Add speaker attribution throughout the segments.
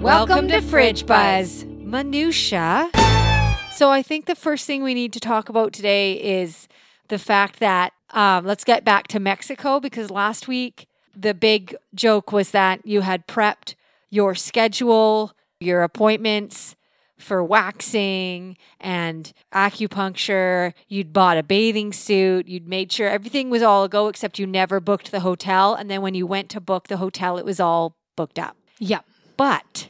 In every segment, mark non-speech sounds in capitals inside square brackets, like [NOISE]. Speaker 1: Welcome to Fridge Buzz. Minutia. So I think the first thing we need to talk about today is the fact that um, let's get back to Mexico because last week the big joke was that you had prepped your schedule, your appointments for waxing and acupuncture. You'd bought a bathing suit. You'd made sure everything was all go except you never booked the hotel. And then when you went to book the hotel, it was all booked up.
Speaker 2: Yep.
Speaker 1: But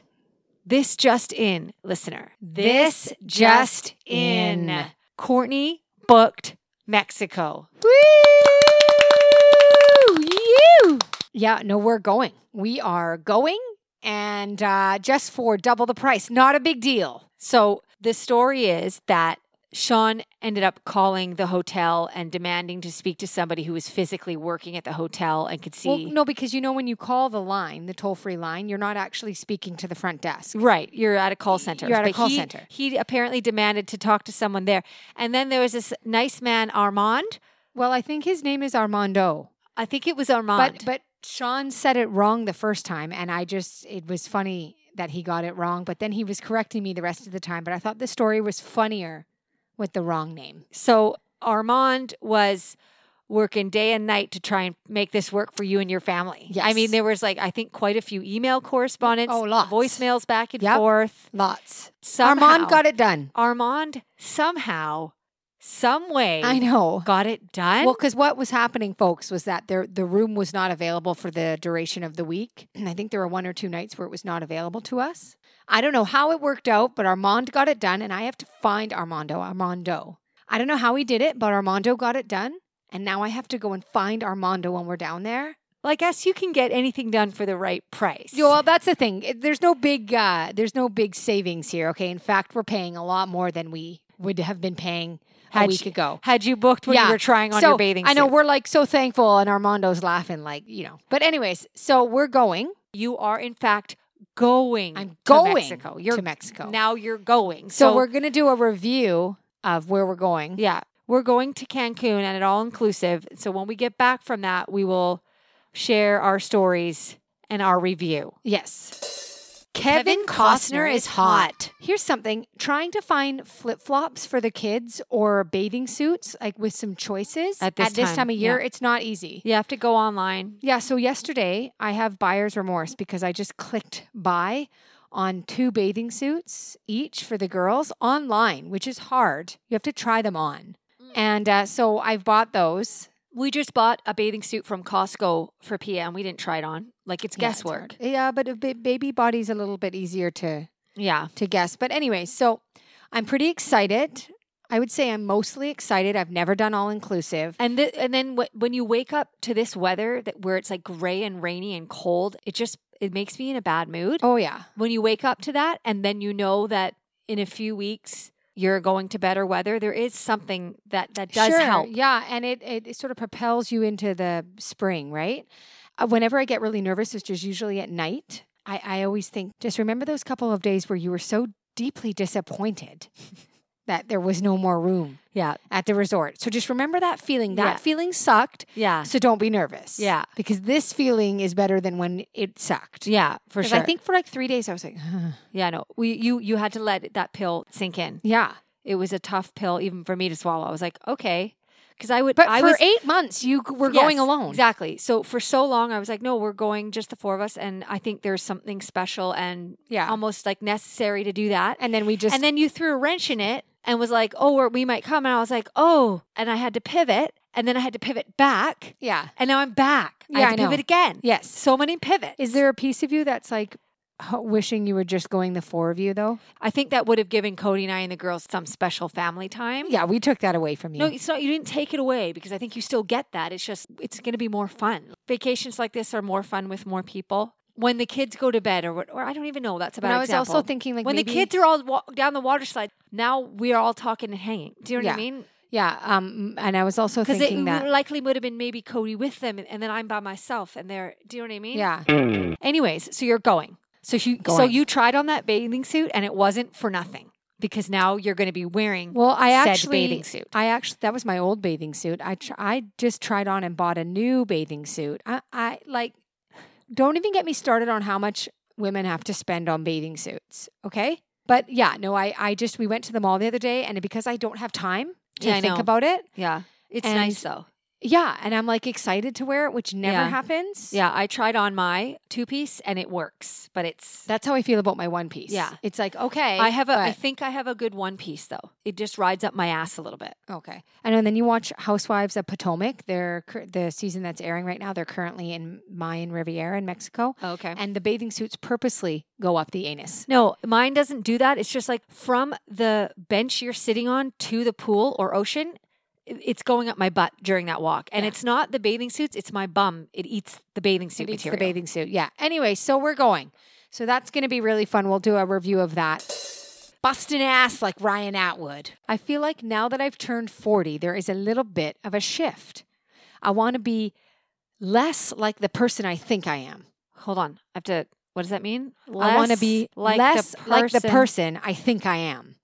Speaker 1: this just in, listener.
Speaker 2: This just in.
Speaker 1: Courtney booked Mexico.
Speaker 2: Woo! You. Yeah, no, we're going. We are going and uh, just for double the price. Not a big deal.
Speaker 1: So the story is that Sean ended up calling the hotel and demanding to speak to somebody who was physically working at the hotel and could see.
Speaker 2: Well, no, because you know when you call the line, the toll-free line, you're not actually speaking to the front desk.
Speaker 1: Right, you're at a call center.
Speaker 2: You're at a
Speaker 1: But
Speaker 2: call
Speaker 1: he-
Speaker 2: center.
Speaker 1: He apparently demanded to talk to someone there, and then there was this nice man Armand.
Speaker 2: Well, I think his name is Armando.
Speaker 1: I think it was Armand.
Speaker 2: But but Sean said it wrong the first time, and I just it was funny that he got it wrong. But then he was correcting me the rest of the time. But I thought the story was funnier with the wrong name.
Speaker 1: So Armand was working day and night to try and make this work for you and your family. I
Speaker 2: Yes.
Speaker 1: mean, there was like I think quite a few email correspondence,
Speaker 2: Oh, lots.
Speaker 1: voicemails back and
Speaker 2: Yep.
Speaker 1: forth.
Speaker 2: Lots.
Speaker 1: Somehow,
Speaker 2: Armand got it done.
Speaker 1: Armand somehow, some way,
Speaker 2: I know.
Speaker 1: got it done.
Speaker 2: Well, because what was happening, folks, was that there the room was not available for the duration of the week, and I think there were one or two nights where it was not available to us. I don't know how it worked out, but Armand got it done, and I have to find Armando. Armando, I don't know how he did it, but Armando got it done, and now I have to go and find Armando when we're down there.
Speaker 1: well, I guess you can get anything done for the right price.
Speaker 2: Yeah, well, that's the thing. It- There's no big uh, there's no big savings here. Okay, in fact, we're paying a lot more than we would have been paying a
Speaker 1: Had
Speaker 2: week
Speaker 1: you-
Speaker 2: ago.
Speaker 1: Had you booked when you were trying on
Speaker 2: so,
Speaker 1: your bathing
Speaker 2: I know
Speaker 1: suit?
Speaker 2: we're like so thankful, and Armando's laughing, like, you know. But, anyways, so we're going.
Speaker 1: you are in fact going.
Speaker 2: I'm
Speaker 1: to
Speaker 2: going
Speaker 1: Mexico. You're
Speaker 2: to Mexico.
Speaker 1: now. You're going.
Speaker 2: so,
Speaker 1: so
Speaker 2: we're going to do a review of where we're going.
Speaker 1: Yeah. We're going to Cancun and it all inclusive. So when we get back from that, we will share our stories and our review.
Speaker 2: Yes.
Speaker 1: Kevin Costner is hot.
Speaker 2: Here's something trying to find flip flops for the kids or bathing suits, like with some choices
Speaker 1: At this time,
Speaker 2: of year,
Speaker 1: yeah.
Speaker 2: it's not easy.
Speaker 1: You have to go online.
Speaker 2: Yeah, so yesterday I have buyer's remorse because I just clicked buy on two bathing suits each for the girls online, which is hard. You have to try them on.
Speaker 1: Mm.
Speaker 2: And uh, so I've bought those.
Speaker 1: We just bought a bathing suit from Costco for Pia and we didn't try it on. Like it's
Speaker 2: Yeah, it's
Speaker 1: guesswork.
Speaker 2: hard. yeah, but a ba- baby body's a little bit easier to
Speaker 1: yeah.
Speaker 2: to guess. But anyway, so I'm pretty excited. I would say I'm mostly excited. I've never done all inclusive.
Speaker 1: And th- and then wh- when you wake up to this weather that where it's like gray and rainy and cold, it just it makes me in a bad mood.
Speaker 2: Oh yeah.
Speaker 1: when you wake up to that and then you know that in a few weeks you're going to better weather there is something that that does
Speaker 2: Sure,
Speaker 1: help
Speaker 2: Yeah, and it, it it sort of propels you into the spring, right? Uh, whenever I get really nervous, which is usually at night, I, I always think just remember those couple of days where you were so deeply disappointed [LAUGHS] that there was no more room
Speaker 1: yeah
Speaker 2: at the resort. So just remember that feeling. That
Speaker 1: Yeah.
Speaker 2: feeling sucked.
Speaker 1: yeah
Speaker 2: So don't be nervous.
Speaker 1: Yeah.
Speaker 2: because this feeling is better than when it sucked.
Speaker 1: yeah for
Speaker 2: 'Cause
Speaker 1: sure
Speaker 2: I think for like three days I was like,
Speaker 1: yeah no we you you had to let that pill sink in
Speaker 2: yeah.
Speaker 1: it was a tough pill even for me to swallow i was like okay because i would
Speaker 2: But
Speaker 1: I
Speaker 2: for
Speaker 1: was,
Speaker 2: eight months you g- were
Speaker 1: Yes,
Speaker 2: going alone.
Speaker 1: exactly so for so long i was like no we're going just the four of us and i think there's something special and
Speaker 2: Yeah.
Speaker 1: almost like necessary to do that
Speaker 2: And then we just
Speaker 1: Um, and then you threw a wrench in it and was like, oh, we're, we might come. And I was like, oh, and I had to pivot. And then I had to pivot back.
Speaker 2: yeah.
Speaker 1: And now I'm back. I
Speaker 2: Yeah,
Speaker 1: had to
Speaker 2: I know.
Speaker 1: pivot again.
Speaker 2: Yes.
Speaker 1: So many pivots.
Speaker 2: Is there a piece of you that's like h- wishing you were just going the four of you though?
Speaker 1: I think that would have given Cody and I and the girls some special family time.
Speaker 2: Yeah, we took that away from you.
Speaker 1: No, it's not. You didn't take it away because I think you still get that. It's just, it's going to be more fun. Vacations like this are more fun with more people. When the kids go to bed, or what, or I don't even know. That's about.
Speaker 2: but I was also thinking like
Speaker 1: when
Speaker 2: maybe,
Speaker 1: the kids are all wa- down the water slide. Now we are all talking and hanging. Do you know
Speaker 2: Yeah.
Speaker 1: what I mean?
Speaker 2: yeah, um, and I was also
Speaker 1: because it
Speaker 2: thinking that
Speaker 1: likely would have been maybe Cody with them, and, and then I'm by myself, and they're. Do you know what I mean?
Speaker 2: yeah,
Speaker 1: Anyways, so you're going. So you so
Speaker 2: Going.
Speaker 1: you tried on that bathing suit, and it wasn't for nothing because now you're going to be wearing.
Speaker 2: Well, I
Speaker 1: said
Speaker 2: actually
Speaker 1: bathing suit.
Speaker 2: I actually that was my old bathing suit. I tr- I just tried on and bought a new bathing suit. I I like don't even get me started on how much women have to spend on bathing suits. Okay. But yeah, no, I, I just, we went to the mall the other day and because I don't have time to
Speaker 1: Yeah, I
Speaker 2: think
Speaker 1: know.
Speaker 2: about it.
Speaker 1: Yeah. It's
Speaker 2: And-
Speaker 1: nice though.
Speaker 2: Yeah. And I'm like excited to wear it, which never
Speaker 1: Yeah.
Speaker 2: happens.
Speaker 1: Yeah. I tried on my two piece and it works, but it's.
Speaker 2: That's how I feel about my one piece.
Speaker 1: Yeah.
Speaker 2: It's like, okay.
Speaker 1: I have a. I
Speaker 2: but-
Speaker 1: think I have a good one piece though. It just rides up my ass a little bit.
Speaker 2: Okay. I know. And then you watch Housewives of Potomac. They're cur- the season that's airing right now. They're currently in Mayan Riviera in Mexico.
Speaker 1: Okay.
Speaker 2: And the bathing suits purposely go up the anus.
Speaker 1: No, mine doesn't do that. It's just like from the bench you're sitting on to the pool or ocean, i- it's going up my butt during that walk. And
Speaker 2: Yeah.
Speaker 1: it's not the bathing suits, it's my bum. It eats the bathing suit
Speaker 2: It eats the
Speaker 1: material.
Speaker 2: bathing suit. Yeah. Anyway, so we're going. So that's going to be really fun. We'll do a review of that. Busting ass like Ryan Atwood. I feel like now that I've turned 40, there is a little bit of a shift. I want to be less like the person I think I am.
Speaker 1: Hold on. I have to what does that mean?
Speaker 2: I want to be
Speaker 1: like
Speaker 2: less
Speaker 1: the person.
Speaker 2: like the person I think I am.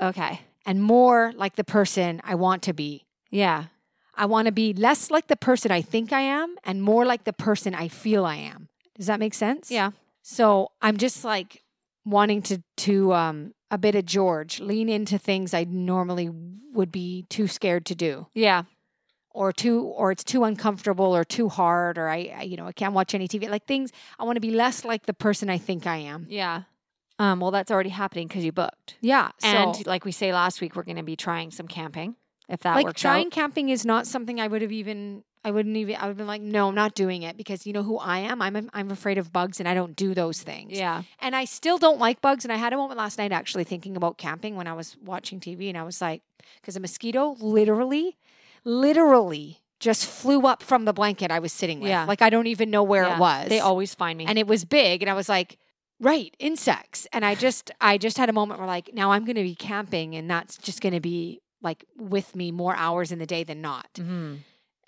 Speaker 1: Okay.
Speaker 2: and more like the person I want to be.
Speaker 1: Yeah.
Speaker 2: I want to be less like the person I think I am and more like the person I feel I am. Does that make sense?
Speaker 1: Yeah.
Speaker 2: So I'm just like wanting to to um a bit of George, lean into things I normally would be too scared to do
Speaker 1: Yeah.
Speaker 2: or too or it's too uncomfortable or too hard or I, I you know, I can't watch any TV. Like things I want to be less like the person I think I am.
Speaker 1: Yeah. Um, well that's already happening because you booked.
Speaker 2: Yeah.
Speaker 1: And
Speaker 2: so,
Speaker 1: like we say last week, we're gonna be trying some camping if that
Speaker 2: like
Speaker 1: works
Speaker 2: trying
Speaker 1: out.
Speaker 2: camping is not something I would have even I wouldn't even I would have been like no I'm not doing it because you know who I am I'm I'm afraid of bugs and I don't do those things
Speaker 1: Yeah.
Speaker 2: and I still don't like bugs and I had a moment last night actually thinking about camping when I was watching TV and I was like because a mosquito literally literally just flew up from the blanket I was sitting with
Speaker 1: Yeah.
Speaker 2: like I don't even know where
Speaker 1: Yeah.
Speaker 2: it was
Speaker 1: They always find me.
Speaker 2: and it was big and i was like right insects and i just i just had a moment where like now i'm going to be camping and that's just going to be like with me more hours in the day than not
Speaker 1: Mhm.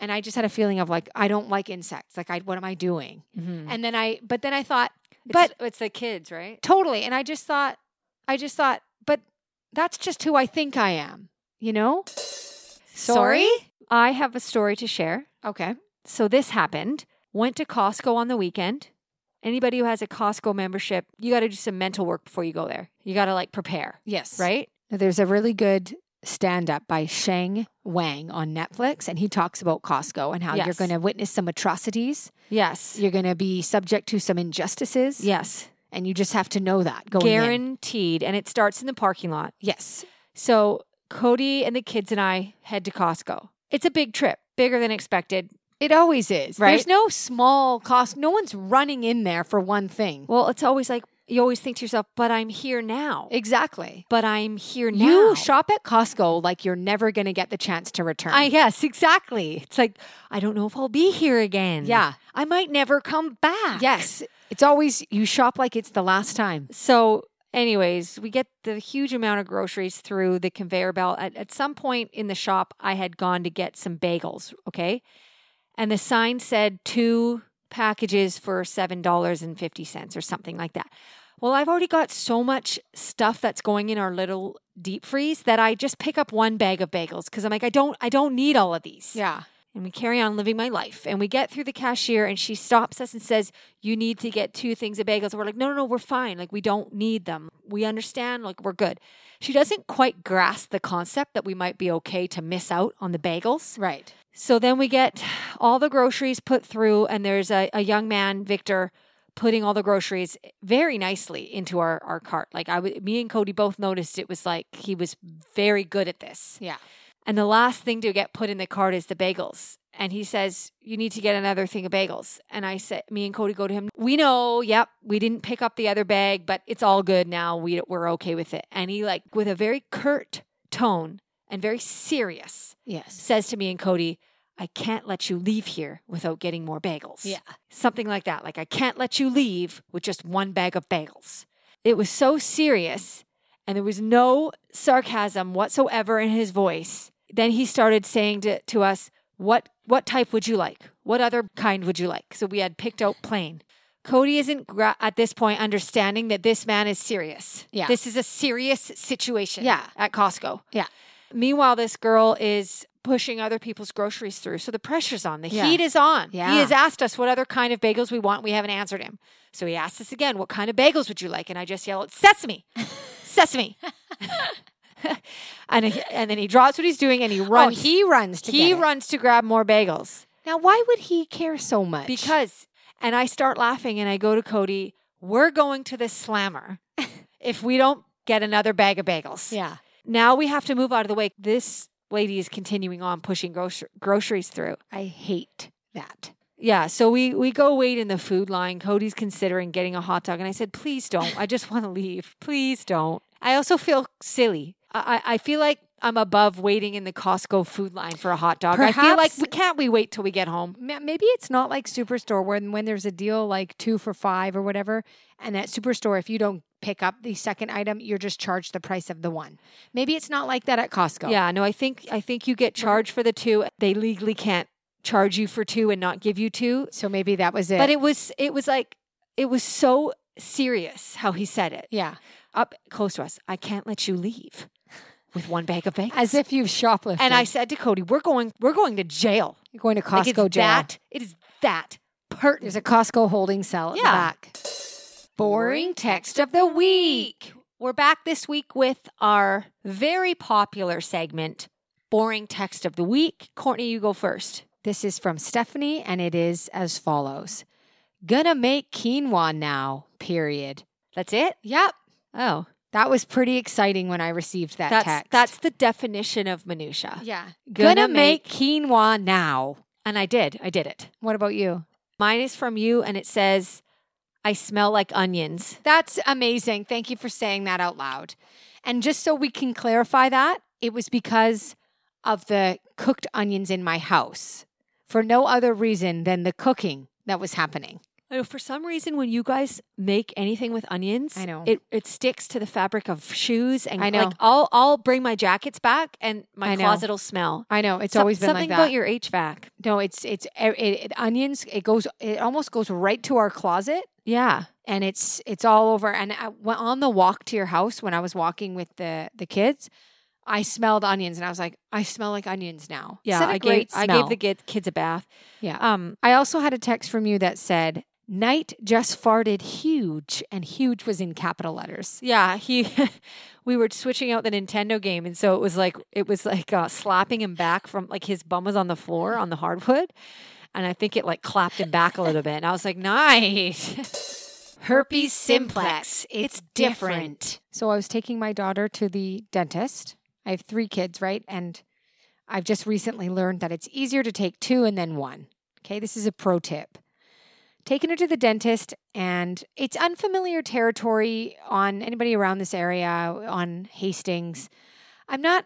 Speaker 2: and i just had a feeling of like i don't like insects like i what am i doing
Speaker 1: Mhm.
Speaker 2: and then i but then i thought
Speaker 1: but
Speaker 2: but-
Speaker 1: it's the kids, right?
Speaker 2: totally and i just thought i just thought but that's just who i think i am you know sorry
Speaker 1: I have a story to share.
Speaker 2: okay
Speaker 1: So this happened. Went to Costco on the weekend. Anybody who has a Costco membership, you got to do some mental work before you go there. You got to like prepare,
Speaker 2: yes right
Speaker 1: right?
Speaker 2: Now, There's a really good stand up by Shang Wang on Netflix, and he talks about Costco and how you're
Speaker 1: Yes.
Speaker 2: going to witness some atrocities.
Speaker 1: Yes.
Speaker 2: You're going to be subject to some injustices.
Speaker 1: Yes.
Speaker 2: And you just have to know that going in.
Speaker 1: Guaranteed. And it starts in the parking lot.
Speaker 2: Yes.
Speaker 1: So Cody and the kids and I head to Costco. It's a big trip, bigger than expected.
Speaker 2: It always is.
Speaker 1: Right?
Speaker 2: There's no small cost. No one's running in there for one thing.
Speaker 1: Well, it's always like you always think to yourself, but I'm here now.
Speaker 2: Exactly.
Speaker 1: But I'm here now.
Speaker 2: You shop at Costco like you're never going to get the chance to return.
Speaker 1: I yes, exactly. It's like I don't know if I'll be here again.
Speaker 2: Yeah.
Speaker 1: I might never come back.
Speaker 2: [LAUGHS] yes. It's always, you shop like it's the last time.
Speaker 1: So, anyways, we get the huge amount of groceries through the conveyor belt. At, at some point in the shop, I had gone to get some bagels. Okay, and the sign said two packages for seven dollars and fifty cents or something like that. Well, I've already got so much stuff that's going in our little deep freeze that I just pick up one bag of bagels because I'm like, I don't, I don't need all of these.
Speaker 2: Yeah.
Speaker 1: And we carry on living my life. And we get through the cashier and she stops us and says, You need to get two things of bagels. And we're like, No, no, no, we're fine. Like, we don't need them. We understand. Like, we're good. She doesn't quite grasp the concept that we might be okay to miss out on the bagels.
Speaker 2: Right.
Speaker 1: So then we get all the groceries put through, and there's a, a young man, Victor, putting all the groceries very nicely into our, our cart. Like, I, w- me and Cody both noticed it was like he was very good at this.
Speaker 2: Yeah.
Speaker 1: And the last thing to get put in the cart is the bagels. And he says, You need to get another thing of bagels. And I said, Me and Cody go to him, We know, yep, we didn't pick up the other bag, but it's all good now. We, we're okay with it. And he, like, with a very curt tone and very serious,
Speaker 2: Yes.
Speaker 1: says to me and Cody, I can't let you leave here without getting more bagels.
Speaker 2: Yeah.
Speaker 1: Something like that. Like, I can't let you leave with just one bag of bagels. It was so serious, and there was no sarcasm whatsoever in his voice. Then he started saying to, to us, what, what type would you like? What other kind would you like? So we had picked out plain. Cody isn't gra- at this point understanding that this man is serious.
Speaker 2: Yeah.
Speaker 1: This is a serious situation
Speaker 2: Yeah.
Speaker 1: at Costco.
Speaker 2: Yeah.
Speaker 1: Meanwhile, this girl is pushing other people's groceries through. So the pressure's on. The
Speaker 2: Yeah.
Speaker 1: heat is on.
Speaker 2: Yeah.
Speaker 1: He has asked us what other kind of bagels we want. We haven't answered him. So he asked us again, what kind of bagels would you like? And I just yell out,
Speaker 2: [LAUGHS]
Speaker 1: sesame, sesame. [LAUGHS] and, he- and then he drops what he's doing and he
Speaker 2: Run,
Speaker 1: runs.
Speaker 2: Oh, he runs to
Speaker 1: he
Speaker 2: get it.
Speaker 1: runs to grab more bagels.
Speaker 2: Now, why would he care so much?
Speaker 1: Because, and I start laughing and I go to Cody, we're going to
Speaker 2: [LAUGHS]
Speaker 1: the slammer if we don't get another bag of bagels.
Speaker 2: yeah,
Speaker 1: Now we have to move out of the way. This lady is continuing on pushing grocer- groceries through.
Speaker 2: I hate that.
Speaker 1: Yeah, so we we go wait in the food line. Cody's considering getting a hot dog, and I said, "Please don't. I just want to leave. Please don't." I also feel silly. I I I feel like I'm above waiting in the Costco food line for a hot dog. I feel like
Speaker 2: Perhaps-
Speaker 1: we can't we wait till we get home.
Speaker 2: Ma- Maybe it's not like Superstore when when there's a deal like two for five or whatever, and at Superstore if you don't pick up the second item, you're just charged the price of the one. Maybe it's not like that at Costco.
Speaker 1: Yeah, no, I think I think you get charged for the two. They legally can't charge you for two and not give you two.
Speaker 2: So maybe that was it.
Speaker 1: But it was it was like it was so serious how he said it
Speaker 2: yeah,
Speaker 1: up close to us. I can't let you [LAUGHS] leave with one bag of bagels.
Speaker 2: as if you've shoplifted
Speaker 1: and I said to Cody, "We're going we're going to jail.
Speaker 2: You're going to Costco
Speaker 1: Like, it's
Speaker 2: jail.
Speaker 1: That it is that
Speaker 2: There's
Speaker 1: pertinent.
Speaker 2: a Costco holding cell at the
Speaker 1: Yeah.
Speaker 2: back.
Speaker 1: Boring text of the week. We're back this week with our very popular segment, boring text of the week. Courtney, you go first.
Speaker 2: This is from Stephanie, and it is as follows: Gonna make quinoa now. Period.
Speaker 1: That's it.
Speaker 2: Yep.
Speaker 1: Oh,
Speaker 2: That was pretty exciting when I received that
Speaker 1: that's
Speaker 2: text.
Speaker 1: that's the definition of minutia.
Speaker 2: yeah. Gonna,
Speaker 1: Gonna
Speaker 2: make quinoa now.
Speaker 1: And I did. I did it.
Speaker 2: What about you?
Speaker 1: Mine is from you, and it says, "I smell like onions."
Speaker 2: That's amazing. Thank you for saying that out loud. And just so we can clarify that, it was because of the cooked onions in my house for no other reason than the cooking that was happening.
Speaker 1: I know for some reason when you guys make anything with onions,
Speaker 2: I know.
Speaker 1: it, it sticks to the fabric of shoes, and
Speaker 2: I know.
Speaker 1: Like I'll I'll bring my jackets back, and
Speaker 2: I
Speaker 1: my
Speaker 2: know.
Speaker 1: closet will smell.
Speaker 2: I know it's
Speaker 1: Some-
Speaker 2: always been
Speaker 1: something
Speaker 2: like that.
Speaker 1: about your HVAC.
Speaker 2: no, it's it's it, it, onions. It goes. It almost goes right to our closet.
Speaker 1: Yeah,
Speaker 2: and it's it's all over. And I, when- on the walk to your house, when I was walking with the the kids, I smelled onions, and I was like, I smell like onions now.
Speaker 1: yeah.
Speaker 2: Isn't it
Speaker 1: I
Speaker 2: a
Speaker 1: gave
Speaker 2: great
Speaker 1: I
Speaker 2: smell?
Speaker 1: gave the kid- kids a bath.
Speaker 2: yeah.
Speaker 1: Um,
Speaker 2: I also had a text from you that said, "Night just farted huge," and huge was in capital letters.
Speaker 1: yeah. He, [LAUGHS] we were switching out the Nintendo game, and so it was like it was like uh, slapping him back from like his bum was on the floor on the hardwood, and I think it like clapped him back a little bit. And I was like, nice. [LAUGHS] Herpes simplex. It's different.
Speaker 2: So I was taking my daughter to the dentist. I have three kids, right? And I've just recently learned that it's easier to take two and then one. Okay, this is a pro tip. Taking her to the dentist, and it's unfamiliar territory on anybody around this area, on Hastings. I'm not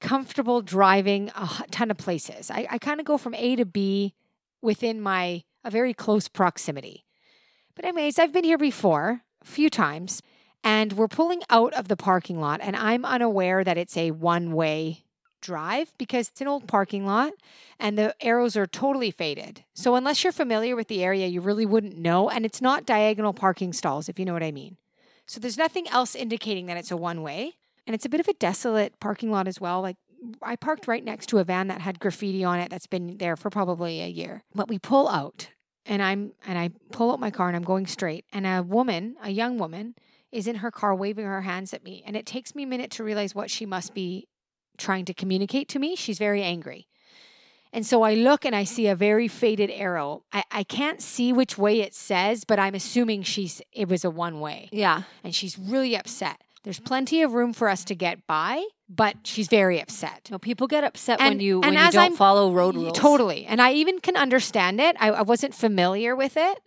Speaker 2: comfortable driving a h- ton of places. I, I kind of go from A to B within my a very close proximity. But anyways, I've been here before a few times and we're pulling out of the parking lot and I'm unaware that it's a one-way drive because it's an old parking lot and the arrows are totally faded. So unless you're familiar with the area, you really wouldn't know and it's not diagonal parking stalls if you know what I mean. So there's nothing else indicating that it's a one-way and it's a bit of a desolate parking lot as well. Like I parked right next to a van that had graffiti on it that's been there for probably a year. But we pull out and I'm and I pull out my car and I'm going straight and a woman, a young woman is in her car waving her hands at me and it takes me a minute to realize what she must be trying to communicate to me. She's very angry. And so I look and I see a very faded arrow. I, I can't see which way it says, but I'm assuming she's it was a one way
Speaker 1: Yeah.
Speaker 2: and she's really upset. There's plenty of room for us to get by, but she's very upset.
Speaker 1: No, people get upset when
Speaker 2: And-
Speaker 1: you
Speaker 2: and
Speaker 1: when you
Speaker 2: as
Speaker 1: don't
Speaker 2: I'm-
Speaker 1: follow road
Speaker 2: Y-
Speaker 1: rules.
Speaker 2: Totally. And I even can understand it. I, I wasn't familiar with it,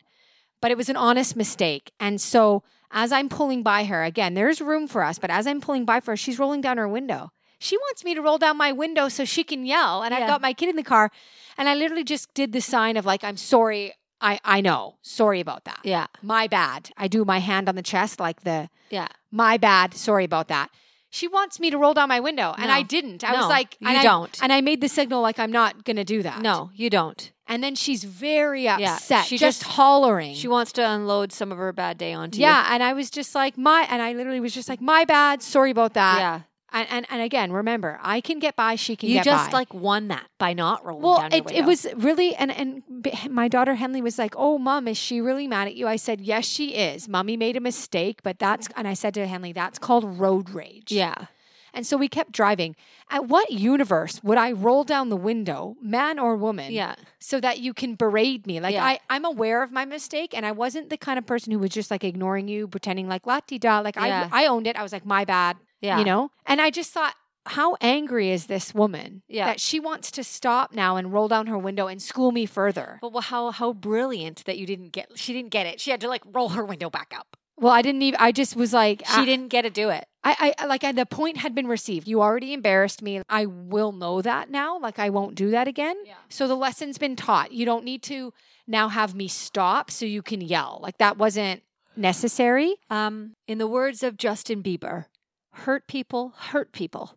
Speaker 2: but it was an honest mistake. And so as I'm pulling by her, again, there's room for us, but as I'm pulling by for her, she's rolling down her window. She wants me to roll down my window so she can yell. And
Speaker 1: Yeah.
Speaker 2: I've got my kid in the car. And I literally just did the sign of like, I'm sorry. I, I know. Sorry about that.
Speaker 1: Yeah.
Speaker 2: My bad. I do my hand on the chest like the
Speaker 1: Yeah.
Speaker 2: my bad. Sorry about that. She wants me to roll down my window, and
Speaker 1: No.
Speaker 2: I didn't. I was
Speaker 1: No,
Speaker 2: like,
Speaker 1: you
Speaker 2: and I,
Speaker 1: don't.
Speaker 2: And I made the signal like I'm not gonna do that.
Speaker 1: No, you don't.
Speaker 2: And then she's very upset. she
Speaker 1: she
Speaker 2: just,
Speaker 1: just-
Speaker 2: hollering.
Speaker 1: She wants to unload some of her bad day onto you.
Speaker 2: yeah, and I was just like my, and I literally was just like my bad. Sorry about that.
Speaker 1: Yeah.
Speaker 2: And, and and again, remember, I can get by. She can
Speaker 1: You
Speaker 2: get
Speaker 1: just
Speaker 2: by.
Speaker 1: like won that by not rolling
Speaker 2: Well,
Speaker 1: down your
Speaker 2: it, it
Speaker 1: window.
Speaker 2: was really, and and b- my daughter Henley was like, "Oh, mom, is she really mad at you?" I said, "Yes, she is. Mommy made a mistake, but that's." And I said to Henley, "That's called road rage."
Speaker 1: yeah.
Speaker 2: And so we kept driving. At what universe would I roll down the window, man or woman?
Speaker 1: Yeah.
Speaker 2: So that you can berate me. Like
Speaker 1: Yeah.
Speaker 2: I, I'm aware of my mistake, and I wasn't the kind of person who was just like ignoring you, pretending like la di da. Like
Speaker 1: Yeah.
Speaker 2: I, I owned it. I was like, my bad.
Speaker 1: Yeah.
Speaker 2: You know. And I just thought, how angry is this woman?
Speaker 1: Yeah.
Speaker 2: That she wants to stop now and roll down her window and school me further.
Speaker 1: But wha- how how brilliant that you didn't get she didn't get it. She had to like roll her window back up.
Speaker 2: Well, I didn't even. I just was like,
Speaker 1: She didn't get to do it.
Speaker 2: I, I like I, the point had been received. You already embarrassed me. I will know that now. Like I won't do that again.
Speaker 1: Yeah.
Speaker 2: So the lesson's been taught. You don't need to now have me stop so you can yell. Like that wasn't necessary.
Speaker 1: Um, in the words of Justin Bieber, hurt people hurt people.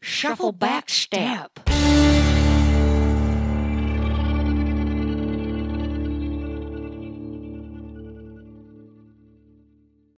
Speaker 1: Shuffle back step.